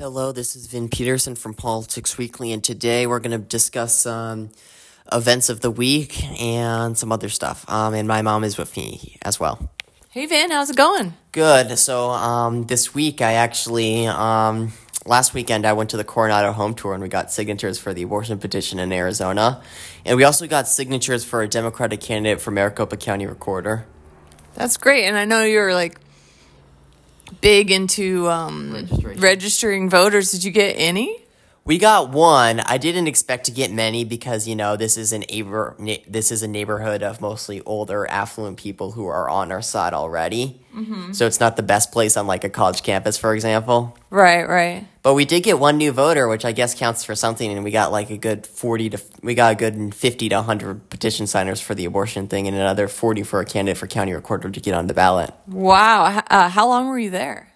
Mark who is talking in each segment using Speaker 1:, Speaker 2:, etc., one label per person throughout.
Speaker 1: Hello, this is Vin Peterson from Politics Weekly, and today we're going to discuss um, events of the week and some other stuff. Um, and my mom is with me as well.
Speaker 2: Hey Van, how's it going?
Speaker 1: Good. So um, this week, I actually um, last weekend I went to the Coronado home tour and we got signatures for the abortion petition in Arizona, and we also got signatures for a Democratic candidate for Maricopa County Recorder.
Speaker 2: That's great, and I know you're like big into um,
Speaker 1: Registration.
Speaker 2: registering voters. Did you get any?
Speaker 1: We got one. I didn't expect to get many because you know this is an neighbor. ne- This is a neighborhood of mostly older, affluent people who are on our side already. So it's not the best place on like a college campus, for example.
Speaker 2: Right, right.
Speaker 1: But we did get one new voter, which I guess counts for something, and we got like a good forty to we got a good fifty to hundred petition signers for the abortion thing, and another forty for a candidate for county recorder to get on the ballot.
Speaker 2: Wow. H- Uh, how long were you there?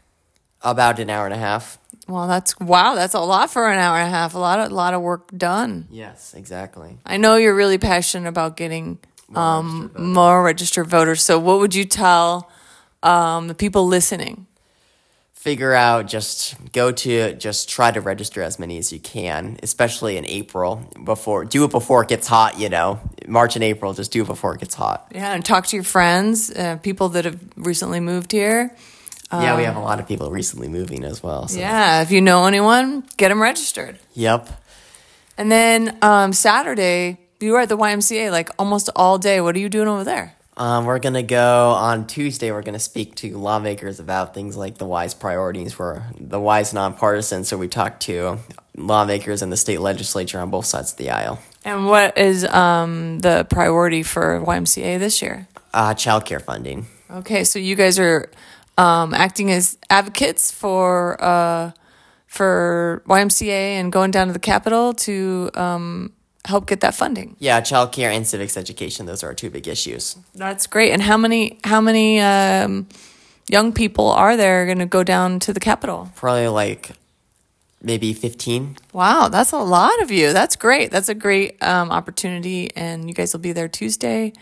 Speaker 1: About an hour and a half.
Speaker 2: Well, that's wow. That's a lot for an hour and a half. A lot, of, lot of work done.
Speaker 1: Yes, exactly.
Speaker 2: I know you're really passionate about getting um, more registered voters. So, what would you tell um, the people listening?
Speaker 1: figure out just go to just try to register as many as you can especially in april before do it before it gets hot you know march and april just do it before it gets hot
Speaker 2: Yeah, and talk to your friends, uh, people that have recently moved here.
Speaker 1: yeah we have a lot of people recently moving as well so.
Speaker 2: Yeah, if you know anyone, get them registered.
Speaker 1: yep
Speaker 2: And then um, Saturday, you were at the YMCA like almost all day. What are you doing over there?
Speaker 1: um, we're gonna go on tuesday we're gonna speak to lawmakers about things like the wise priorities for the wise nonpartisan so we talked to lawmakers and the state legislature on both sides of the aisle
Speaker 2: And what is um, the priority for YMCA this year?
Speaker 1: uh, child care funding
Speaker 2: Okay, so you guys are um, acting as advocates for uh, for YMCA and going down to the Capitol to um, help get that funding.
Speaker 1: yeah child care and civics education those are our two big issues
Speaker 2: That's great. And how many how many um, young people are there going to go down to the Capitol?
Speaker 1: probably like maybe 15
Speaker 2: Wow, that's a lot of you. That's great. That's a great um, opportunity, and you guys will be there Tuesday.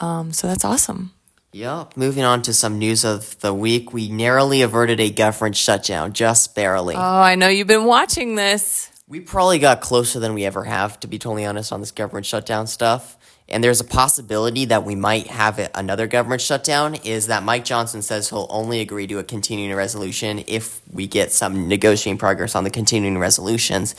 Speaker 2: Um, so that's awesome.
Speaker 1: yep moving on to some news of the week we narrowly averted a government shutdown just barely
Speaker 2: Oh, I know you've been watching this.
Speaker 1: we probably got closer than we ever have to be totally honest on this government shutdown stuff and there's a possibility that we might have it, another government shutdown is that mike johnson says he'll only agree to a continuing resolution if we get some negotiating progress on the continuing resolutions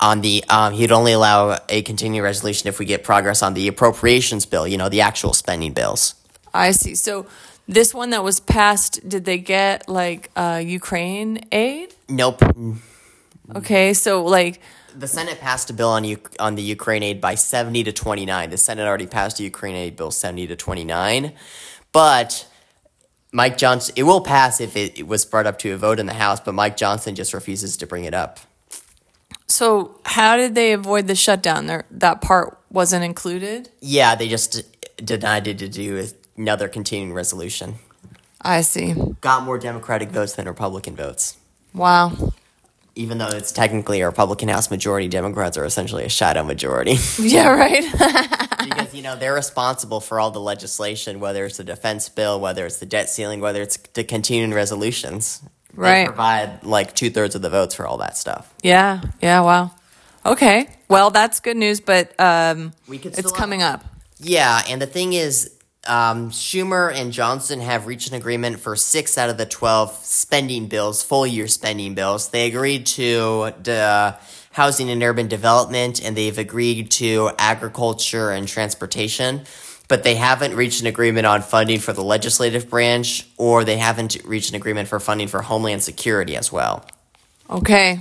Speaker 1: on the um, he'd only allow a continuing resolution if we get progress on the appropriations bill you know the actual spending bills
Speaker 2: I see. So this one that was passed, did they get like uh, Ukraine aid?
Speaker 1: Nope.
Speaker 2: Okay, so like
Speaker 1: The Senate passed a bill on U- on the Ukraine aid by 70 to 29. The Senate already passed a Ukraine aid bill 70 to 29. But Mike Johnson, it will pass if it, it was brought up to a vote in the House, but Mike Johnson just refuses to bring it up.
Speaker 2: so how did they avoid the shutdown? There, that part wasn't included.
Speaker 1: Yeah, they just denied it to do another continuing resolution.
Speaker 2: I see.
Speaker 1: Got more Democratic votes than Republican votes.
Speaker 2: Wow.
Speaker 1: Even though it's technically a Republican House majority, Democrats are essentially a shadow majority.
Speaker 2: Yeah. Right.
Speaker 1: because you know they're responsible for all the legislation, whether it's the defense bill, whether it's the debt ceiling, whether it's the continuing resolutions. They
Speaker 2: Right.
Speaker 1: provide like two thirds of the votes for all that stuff.
Speaker 2: yeah. Yeah. Wow. Okay. Well, that's good news, but um,
Speaker 1: We could
Speaker 2: it's coming up.
Speaker 1: Yeah, and the thing is, um, Schumer and Johnson have reached an agreement for six out of the twelve spending bills, full year spending bills. They agreed to the housing and urban development, and they've agreed to agriculture and transportation. But they haven't reached an agreement on funding for the legislative branch, or they haven't reached an agreement for funding for homeland security as well.
Speaker 2: Okay.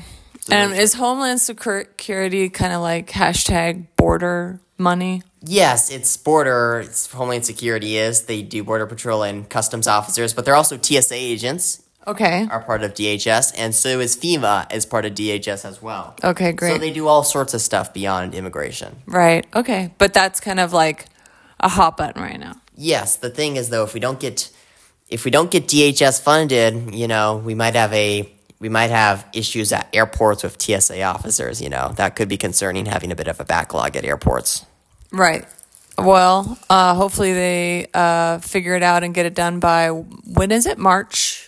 Speaker 2: and is Homeland Secur- Security kind of like hashtag border money?
Speaker 1: Yes, it's border, it's Homeland Security is. They do Border Patrol and customs officers, but they're also TSA agents
Speaker 2: Okay.
Speaker 1: are part of DHS, and so is FEMA is part of DHS as well.
Speaker 2: Okay, great.
Speaker 1: So they do all sorts of stuff beyond immigration.
Speaker 2: right. Okay. But that's kind of like a hot button right now.
Speaker 1: Yes, the thing is though, if we don't get if we don't get DHS funded, you know, we might have a we might have issues at airports with TSA officers. You know, that could be concerning having a bit of a backlog at airports.
Speaker 2: Right. Well, uh, hopefully they uh, figure it out and get it done by when is it? March?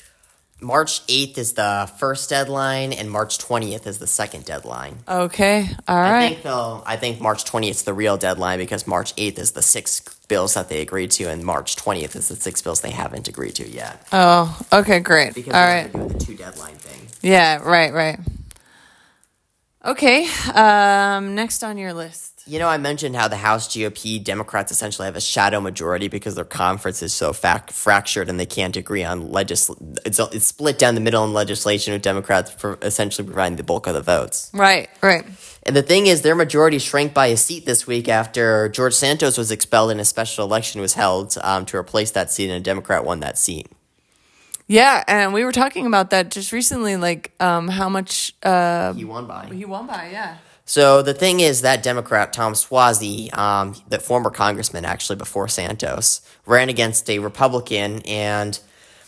Speaker 1: March 8th is the first deadline, and March 20th is the second deadline.
Speaker 2: Okay. All
Speaker 1: I
Speaker 2: right.
Speaker 1: think though, I think March 20th is the real deadline because March 8th is the six bills that they agreed to, and March 20th is the six bills they haven't agreed to yet.
Speaker 2: oh, okay. Great.
Speaker 1: Because
Speaker 2: All
Speaker 1: they
Speaker 2: right.
Speaker 1: have to do the two deadline thing.
Speaker 2: Yeah. Right. Right. Okay. Um, next on your list.
Speaker 1: You know, I mentioned how the House GOP Democrats essentially have a shadow majority because their conference is so fac- fractured and they can't agree on legisl. It's, it's split down the middle in legislation with Democrats for essentially providing the bulk of the votes.
Speaker 2: Right. Right.
Speaker 1: And the thing is, their majority shrank by a seat this week after George Santos was expelled and a special election was held um, to replace that seat, and a Democrat won that seat.
Speaker 2: Yeah. And we were talking about that just recently, like um, how much uh,
Speaker 1: He won by.
Speaker 2: he won by. Yeah.
Speaker 1: So the thing is that Democrat Tom Swazi, um, the former congressman actually before Santos, ran against a Republican and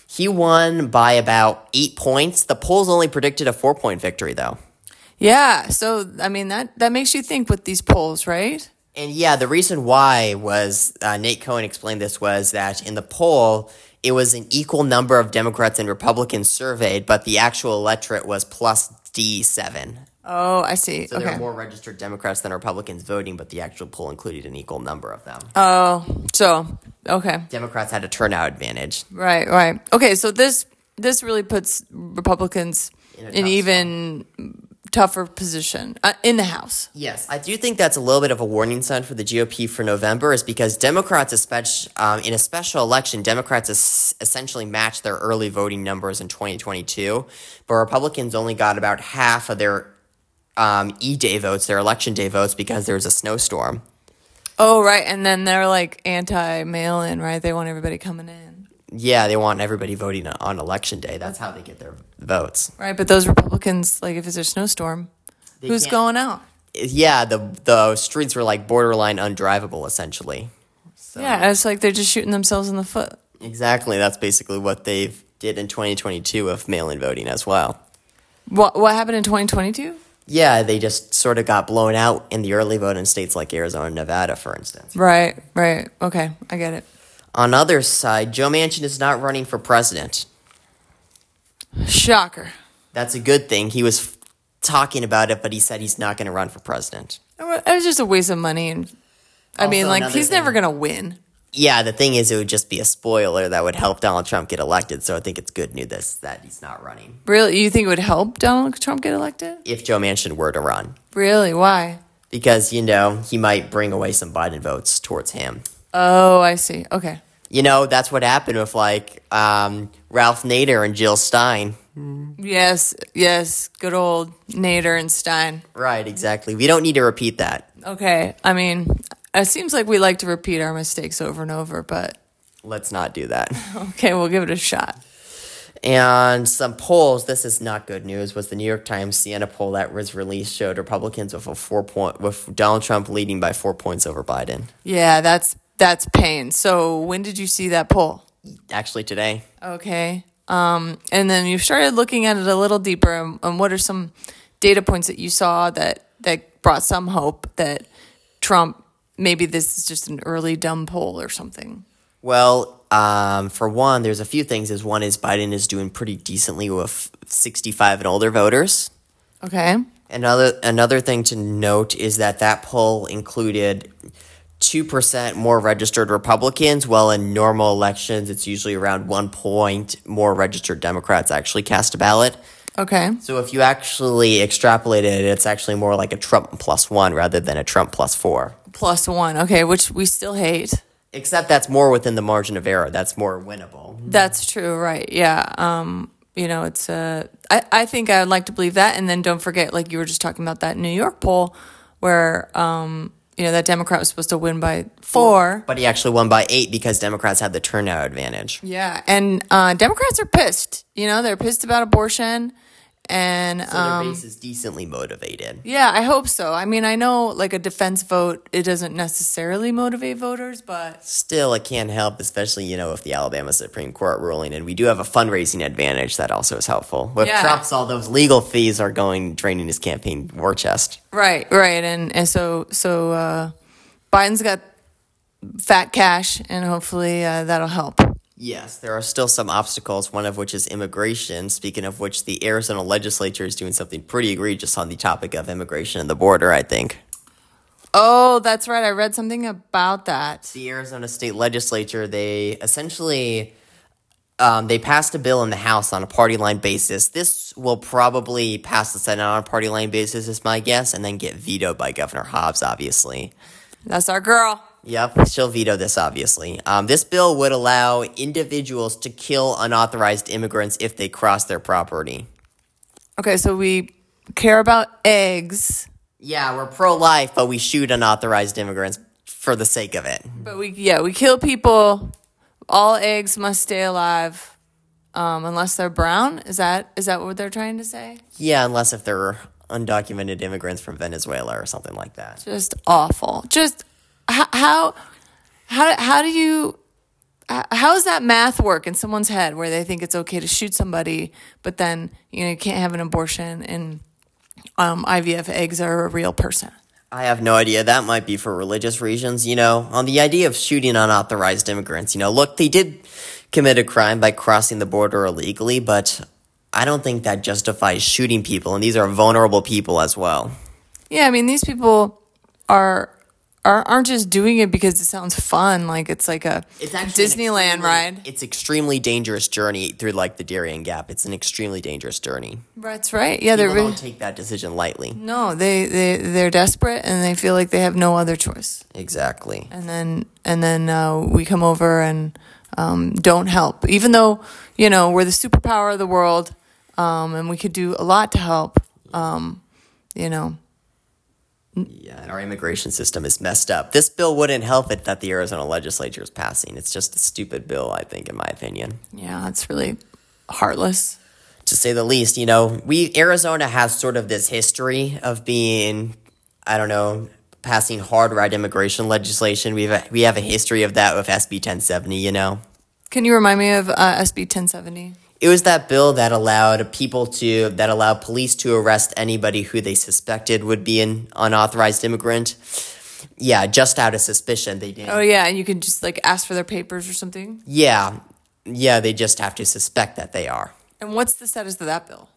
Speaker 1: he won by about eight points. The polls only predicted a four point victory though.
Speaker 2: Yeah. So I mean that that makes you think with these polls, right?
Speaker 1: And yeah, the reason why was uh, Nate Cohen explained this was that in the poll, it was an equal number of Democrats and Republicans surveyed, but the actual electorate was plus D7.
Speaker 2: Oh, I see.
Speaker 1: So there
Speaker 2: okay.
Speaker 1: were more registered Democrats than Republicans voting, but the actual poll included an equal number of them.
Speaker 2: oh, so okay.
Speaker 1: Democrats had a turnout advantage.
Speaker 2: Right, right. Okay, so this this really puts Republicans
Speaker 1: In
Speaker 2: in,
Speaker 1: a
Speaker 2: an
Speaker 1: tough
Speaker 2: even tougher position uh, in the House.
Speaker 1: Yes, I do think that's a little bit of a warning sign for the GOP for November, is because Democrats, especially um, in a special election, Democrats es- essentially matched their early voting numbers in 2022, but Republicans only got about half of their um, E day votes, their election day votes, because there was a snowstorm.
Speaker 2: Oh, right. And then they're like anti mail in, right? They want everybody coming in,
Speaker 1: Yeah, they want everybody voting on- on election day. That's how they get their votes.
Speaker 2: right? But those Republicans, like, if it's a snowstorm, who's
Speaker 1: can't-
Speaker 2: going out?
Speaker 1: Yeah, the the streets were like borderline undrivable, essentially. So.
Speaker 2: Yeah, it's like they're just shooting themselves in the foot.
Speaker 1: Exactly. That's basically what they did in 2022 of mail-in voting as well.
Speaker 2: What what happened in 2022?
Speaker 1: Yeah, they just sort of got blown out in the early vote in states like Arizona and Nevada, for instance.
Speaker 2: Right, right. Okay, I get it.
Speaker 1: On the other side, Joe Manchin is not running for president.
Speaker 2: Shocker.
Speaker 1: That's a good thing. He was f- talking about it, but he said he's not going to run for president.
Speaker 2: It wa- it was just a waste of money. And I mean,
Speaker 1: Also
Speaker 2: like,
Speaker 1: another
Speaker 2: he's
Speaker 1: thing-
Speaker 2: never going to win.
Speaker 1: Yeah, the thing is, it would just be a spoiler that would help Donald Trump get elected. So I think it's good news this- that he's not running.
Speaker 2: Really? You think it would help Donald Trump get elected?
Speaker 1: If Joe Manchin were to run,
Speaker 2: Really? Why?
Speaker 1: because you know he might bring away some Biden votes towards him.
Speaker 2: Oh, I see. Okay.
Speaker 1: you know, that's what happened with like um, Ralph Nader and Jill Stein.
Speaker 2: Yes, yes. Good old Nader and Stein.
Speaker 1: Right, exactly. We don't need to repeat that.
Speaker 2: Okay. I mean, it seems like we like to repeat our mistakes over and over, but
Speaker 1: Let's not do that.
Speaker 2: okay, we'll give it a shot.
Speaker 1: And some polls, this is not good news, was the New York Times Siena poll that was released showed Republicans with a four point with Donald Trump leading by four points over Biden.
Speaker 2: Yeah, that's that's pain. So when did you see that poll?
Speaker 1: Actually today.
Speaker 2: Okay. Um, and then you started looking at it a little deeper. And, and what are some data points that you saw that that brought some hope that Trump maybe this is just an early dumb poll or something?
Speaker 1: Well, um, for one, there's a few things. Is one is Biden is doing pretty decently with 65 and older voters.
Speaker 2: Okay.
Speaker 1: Another another thing to note is that that poll included two percent more registered Republicans, while in normal elections it's usually around one point more registered Democrats actually cast a ballot.
Speaker 2: Okay.
Speaker 1: So if you actually extrapolate it, it's actually more like a Trump plus one rather than a Trump plus four.
Speaker 2: Plus one. Okay, which we still hate.
Speaker 1: Except that's more within the margin of error. That's more winnable.
Speaker 2: That's true, right? Yeah. Um, you know, it's uh, I, I think I would like to believe that. And then don't forget, like you were just talking about that New York poll where um, you know, that Democrat was supposed to win by four.
Speaker 1: But he actually won by eight because Democrats had the turnout advantage.
Speaker 2: Yeah. And uh Democrats are pissed. You know, they're pissed about abortion and
Speaker 1: So
Speaker 2: um,
Speaker 1: their base is decently motivated.
Speaker 2: yeah, I hope so. I mean, I know like a defense vote, it doesn't necessarily motivate voters, but
Speaker 1: still it can't help especially you know with the alabama supreme court ruling and we do have a fundraising advantage that also is helpful with
Speaker 2: Yeah.
Speaker 1: trump's all those legal fees are going draining his campaign war chest
Speaker 2: Right, right, and and so so uh, Biden's got fat cash, and hopefully uh, that'll help.
Speaker 1: Yes, there are still some obstacles, one of which is immigration. Speaking of which, the Arizona legislature is doing something pretty egregious on the topic of immigration and the border, I think.
Speaker 2: Oh, that's right. I read something about that.
Speaker 1: The Arizona state legislature, they essentially um, they passed a bill in the House on a party line basis. This will probably pass the Senate on a party line basis, is my guess, and then get vetoed by Governor Hobbs, obviously.
Speaker 2: That's our girl.
Speaker 1: Yep, she'll veto this, obviously. Um, this bill would allow individuals to kill unauthorized immigrants if they cross their property.
Speaker 2: Okay, so we care about eggs,
Speaker 1: Yeah, we're pro life, but we shoot unauthorized immigrants for the sake of it.
Speaker 2: but we yeah, we kill people. All eggs must stay alive um, unless they're brown. Is that is that what they're trying to say?
Speaker 1: Yeah, unless if they're undocumented immigrants from Venezuela or something like that.
Speaker 2: Just awful. Just h- how how how do you h- how does that math work in someone's head where they think it's okay to shoot somebody, but then you know you can't have an abortion and um, IVF eggs are a real person.
Speaker 1: I have no idea. That might be for religious reasons, you know. On the idea of shooting unauthorized immigrants, you know, look, they did commit a crime by crossing the border illegally, but I don't think that justifies shooting people, and these are vulnerable people as well.
Speaker 2: Yeah, I mean these people are are aren't just doing it because it sounds fun. Like it's like a
Speaker 1: an
Speaker 2: Disneyland
Speaker 1: extremely-
Speaker 2: ride.
Speaker 1: It's extremely dangerous journey through like the Darien Gap. It's an extremely dangerous journey.
Speaker 2: That's right. Yeah, they're
Speaker 1: People
Speaker 2: really,
Speaker 1: don't take that decision lightly.
Speaker 2: no, they they they're desperate and they feel like they have no other choice.
Speaker 1: Exactly.
Speaker 2: And then and then uh, we come over and um, don't help, even though you know we're the superpower of the world, um, and we could do a lot to help. Um, you know,
Speaker 1: Yeah, and our immigration system is messed up. This bill wouldn't help it that the Arizona legislature is passing. It's just a stupid bill, I think, in my opinion.
Speaker 2: yeah, it's really heartless.
Speaker 1: to say the least. You know, we Arizona has sort of this history of being, I don't know, passing hard right immigration legislation. We've we have a history of that with SB ten seventy. You know,
Speaker 2: Can you remind me of uh, SB ten seventy?
Speaker 1: it was that bill that allowed people to that allowed police to arrest anybody who they suspected would be an unauthorized immigrant. Yeah, just out of suspicion, they didn't.
Speaker 2: Oh yeah, and you can just like ask for their papers or something.
Speaker 1: Yeah, yeah, they just have to suspect that they are.
Speaker 2: And what's the status of that bill?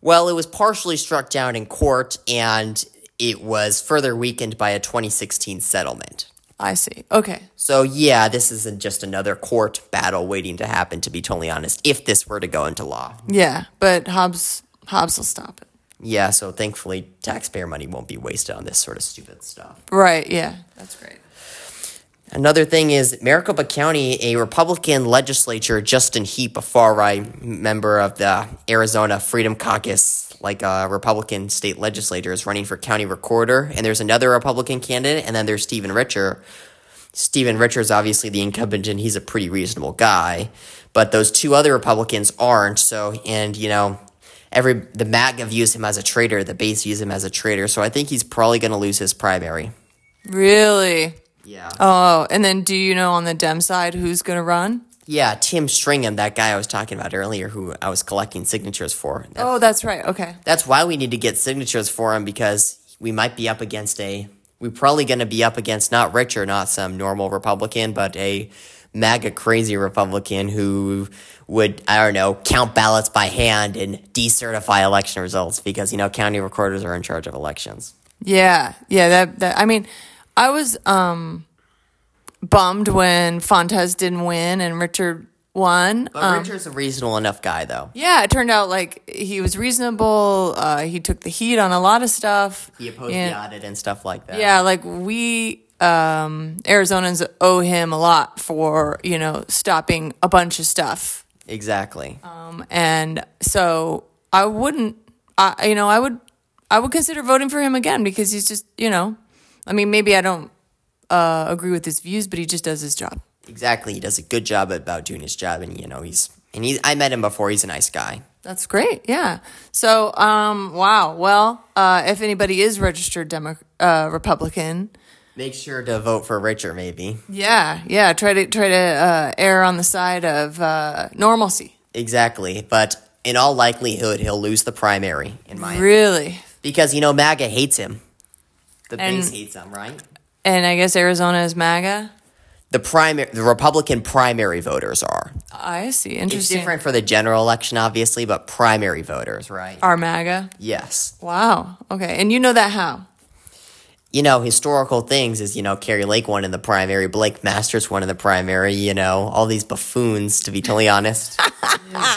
Speaker 1: Well, it was partially struck down in court and it was further weakened by a 2016 settlement.
Speaker 2: I see. Okay.
Speaker 1: So, yeah, this isn't just another court battle waiting to happen, to be totally honest, if this were to go into law.
Speaker 2: Yeah, but Hobbs Hobbs will stop it.
Speaker 1: Yeah, so thankfully, taxpayer money won't be wasted on this sort of stupid stuff.
Speaker 2: Right. Yeah. That's great.
Speaker 1: Another thing is Maricopa County, a Republican legislature, Justin Heap, a far right member of the Arizona Freedom Caucus, like a Republican state legislator, is running for county recorder. And there's another Republican candidate, and then there's Stephen Richer. Stephen Richer's obviously the incumbent, and he's a pretty reasonable guy. But those two other Republicans aren't. So, and you know, every the MAGA views him as a traitor, the base views him as a traitor. So I think he's probably going to lose his primary.
Speaker 2: Really.
Speaker 1: Yeah.
Speaker 2: Oh, and then do you know on the Dem side who's going to run?
Speaker 1: Yeah, Tim Stringham, that guy I was talking about earlier, who I was collecting signatures for. That-
Speaker 2: Oh, that's right. Okay.
Speaker 1: That's why we need to get signatures for him because we might be up against a. We're probably going to be up against not rich or not some normal Republican, but a MAGA crazy Republican who would, I don't know, count ballots by hand and decertify election results because, you know, county recorders are in charge of elections.
Speaker 2: Yeah. Yeah, that that I mean, I was um bummed when Fontes didn't win and Richard won.
Speaker 1: But Richard's a reasonable enough guy, though.
Speaker 2: Yeah, it turned out like he was reasonable. Uh, he took the heat on a lot of stuff.
Speaker 1: He opposed the
Speaker 2: yeah.
Speaker 1: audit and stuff like that.
Speaker 2: Yeah, like we um, Arizonans owe him a lot for you know stopping a bunch of stuff,
Speaker 1: Exactly.
Speaker 2: um, and so I wouldn't. I you know I would I would consider voting for him again because he's just you know, I mean maybe I don't uh, agree with his views, but he just does his job.
Speaker 1: Exactly. He does a good job about doing his job, and you know he's and he's. I met him before. He's a nice guy.
Speaker 2: That's great. Yeah. So, um, wow. Well, uh, if anybody is registered Demo- uh, Republican,
Speaker 1: Make sure to vote for Richard, maybe.
Speaker 2: yeah, yeah, try to try to uh, err on the side of uh, normalcy.
Speaker 1: Exactly. But in all likelihood, he'll lose the primary in my
Speaker 2: Really.
Speaker 1: because you know MAGA hates him. The
Speaker 2: And-
Speaker 1: base hates him, right?
Speaker 2: And I guess Arizona is MAGA.
Speaker 1: the primary the Republican primary voters are.
Speaker 2: I see.
Speaker 1: It's
Speaker 2: Interesting.
Speaker 1: different for the general election, obviously, but primary voters, right?
Speaker 2: Our MAGA.
Speaker 1: Yes.
Speaker 2: Wow. Okay. And you know that how?
Speaker 1: You know, historical things is, you know, Carrie Lake won in the primary, Blake Masters won in the primary, you know, all these buffoons, to be totally honest.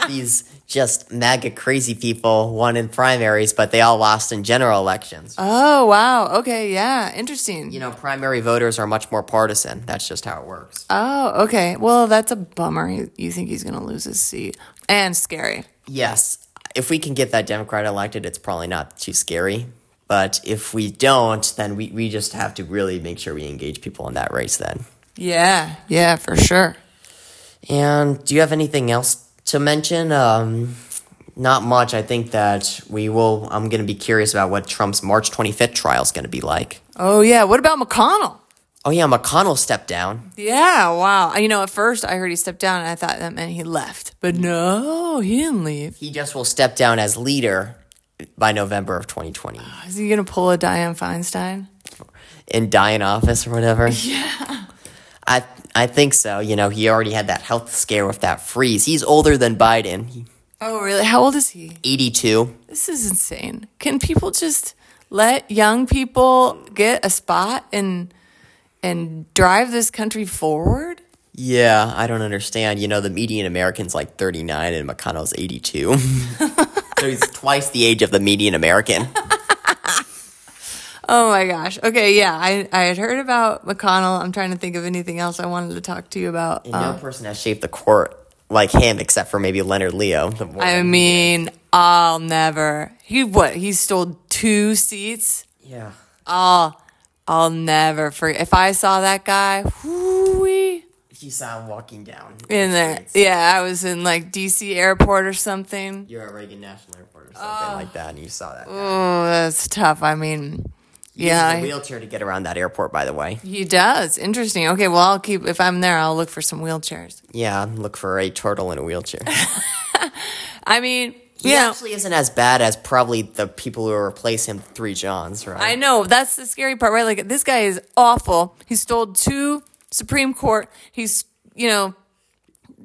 Speaker 1: these just MAGA crazy people won in primaries, but they all lost in general elections.
Speaker 2: Oh, wow. Okay. Yeah. Interesting.
Speaker 1: you know, primary voters are much more partisan. That's just how it works.
Speaker 2: Oh, okay. Well, that's a bummer. You- You think he's going to lose his seat. And scary.
Speaker 1: Yes, if we can get that Democrat elected, it's probably not too scary. But if we don't, then we, we just have to really make sure we engage people in that race then.
Speaker 2: Yeah. Yeah, for sure.
Speaker 1: And do you have anything else to mention? Um, not much. I think that we will. I'm going to be curious about what Trump's March 25th trial is going to be like.
Speaker 2: Oh, yeah. What about McConnell?
Speaker 1: Oh, yeah, McConnell stepped down.
Speaker 2: Yeah, wow. You know, at first I heard he stepped down and I thought that meant he left. But no, he didn't leave.
Speaker 1: He just will step down as leader by November of 2020
Speaker 2: Is he going to pull a Diane Feinstein?
Speaker 1: and die in office or whatever. Yeah. I I think so. You know, he already had that health scare with that freeze. He's older than Biden. He-
Speaker 2: Oh, really? How old is he?
Speaker 1: 82.
Speaker 2: This is insane. Can people just let young people get a spot and and drive this country forward?
Speaker 1: Yeah, I don't understand. You know, the median American's like 39 and McConnell's 82. so he's twice the age of the median American.
Speaker 2: Oh my gosh. Okay, yeah. I, I had heard about McConnell. I'm trying to think of anything else I wanted to talk to you about.
Speaker 1: No person has shaped the court like him except for maybe Leonard Leo. the one-
Speaker 2: I mean, I'll never. He what? He stole two seats?
Speaker 1: yeah.
Speaker 2: I'll never forget. If I saw that guy, whoo
Speaker 1: If you saw him walking down
Speaker 2: in there.
Speaker 1: streets,
Speaker 2: Yeah, I was in like DC airport or something.
Speaker 1: You're at Reagan National Airport or something like that, and you saw that. guy.
Speaker 2: Oh, that's tough. I mean,
Speaker 1: He
Speaker 2: yeah,
Speaker 1: uses a
Speaker 2: he,
Speaker 1: wheelchair to get around that airport, by the way.
Speaker 2: does. Interesting. Okay, well, I'll keep, if I'm there, I'll look for some wheelchairs.
Speaker 1: Yeah, look for a turtle in a wheelchair.
Speaker 2: I mean,
Speaker 1: He
Speaker 2: yeah.
Speaker 1: actually isn't as bad as probably the people who replace him, Three Johns, right?
Speaker 2: I know that's the scary part, right? Like this guy is awful. He stole two Supreme Court. He's you know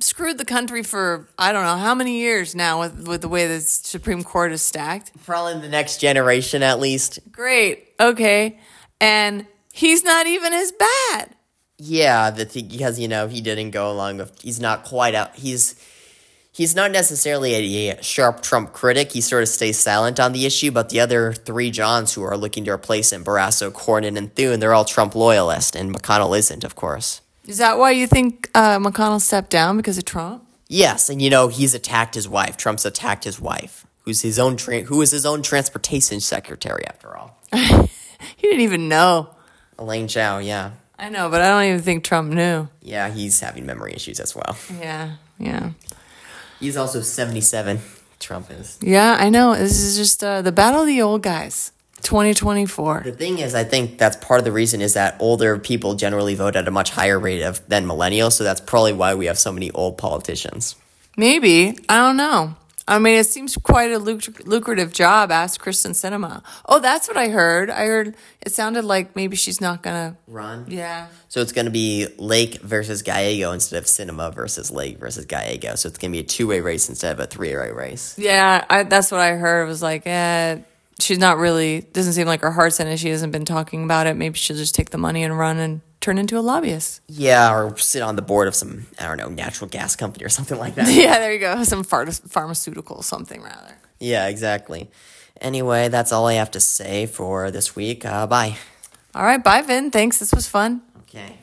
Speaker 2: screwed the country for I don't know how many years now with with the way the Supreme Court is stacked.
Speaker 1: Probably the next generation, at least.
Speaker 2: Great, okay, and he's not even as bad.
Speaker 1: Yeah, the thing, because you know he didn't go along with. He's not quite out. He's he's not necessarily a sharp Trump critic. He sort of stays silent on the issue. But the other three Johns who are looking to replace him, Barrasso, Cornyn, and Thune, they're all Trump loyalists, and McConnell isn't, of course.
Speaker 2: Is that why you think uh, McConnell stepped down because of Trump?
Speaker 1: Yes, and you know he's attacked his wife. Trump's attacked his wife, who's his own tra- who is his own transportation secretary after all.
Speaker 2: He didn't even know.
Speaker 1: Elaine Chao, yeah,
Speaker 2: I know, but I don't even think Trump knew.
Speaker 1: yeah, he's having memory issues as well.
Speaker 2: Yeah, yeah,
Speaker 1: He's also seventy-seven. Trump is.
Speaker 2: yeah. I know. This is just uh, the battle of the old guys, twenty twenty four.
Speaker 1: The thing is, I think that's part of the reason is that older people generally vote at a much higher rate of than millennials. So that's probably why we have so many old politicians.
Speaker 2: Maybe. I don't know. I mean, it seems quite a luc- lucrative job, asked Kristen Cinema. Oh, that's what I heard. I heard it sounded like maybe she's not going to.
Speaker 1: Ron.
Speaker 2: Yeah.
Speaker 1: So it's going to be Lake versus Gallego instead of Cinema versus Lake versus Gallego. So it's going to be a two-way race instead of a three-way race.
Speaker 2: Yeah, I, that's what I heard. It was like, eh, she's not really, doesn't seem like her heart's in it. She hasn't been talking about it. Maybe she'll just take the money and run and turn into a lobbyist.
Speaker 1: Yeah, or sit on the board of some I don't know natural gas company or something like that.
Speaker 2: Yeah, there you go. Some phar- pharmaceutical something, rather.
Speaker 1: yeah, exactly. Anyway, that's all I have to say for this week. Uh, bye.
Speaker 2: All right. Bye, Vin. Thanks. This was fun.
Speaker 1: Okay.